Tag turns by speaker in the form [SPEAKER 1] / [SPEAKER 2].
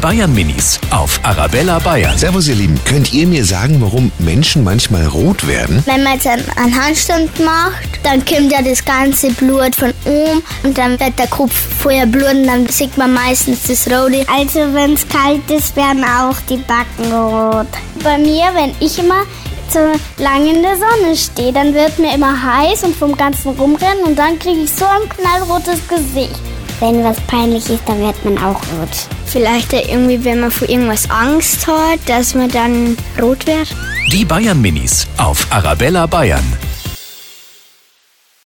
[SPEAKER 1] Bayern Minis auf Arabella Bayern.
[SPEAKER 2] Servus, ihr Lieben. Könnt ihr mir sagen, warum Menschen manchmal rot werden?
[SPEAKER 3] Wenn man jetzt einen, einen Handstand macht, dann kommt ja das ganze Blut von oben und dann wird der Kopf vorher blut und dann sieht man meistens das Rote. Also wenn es kalt ist, werden auch die Backen rot. Bei mir, wenn ich immer zu lange in der Sonne stehe, dann wird mir immer heiß und vom ganzen Rumrennen und dann kriege ich so ein knallrotes Gesicht. Wenn was peinlich ist, dann wird man auch rot. Vielleicht irgendwie, wenn man vor irgendwas Angst hat, dass man dann rot wird.
[SPEAKER 1] Die Bayern Minis auf Arabella Bayern.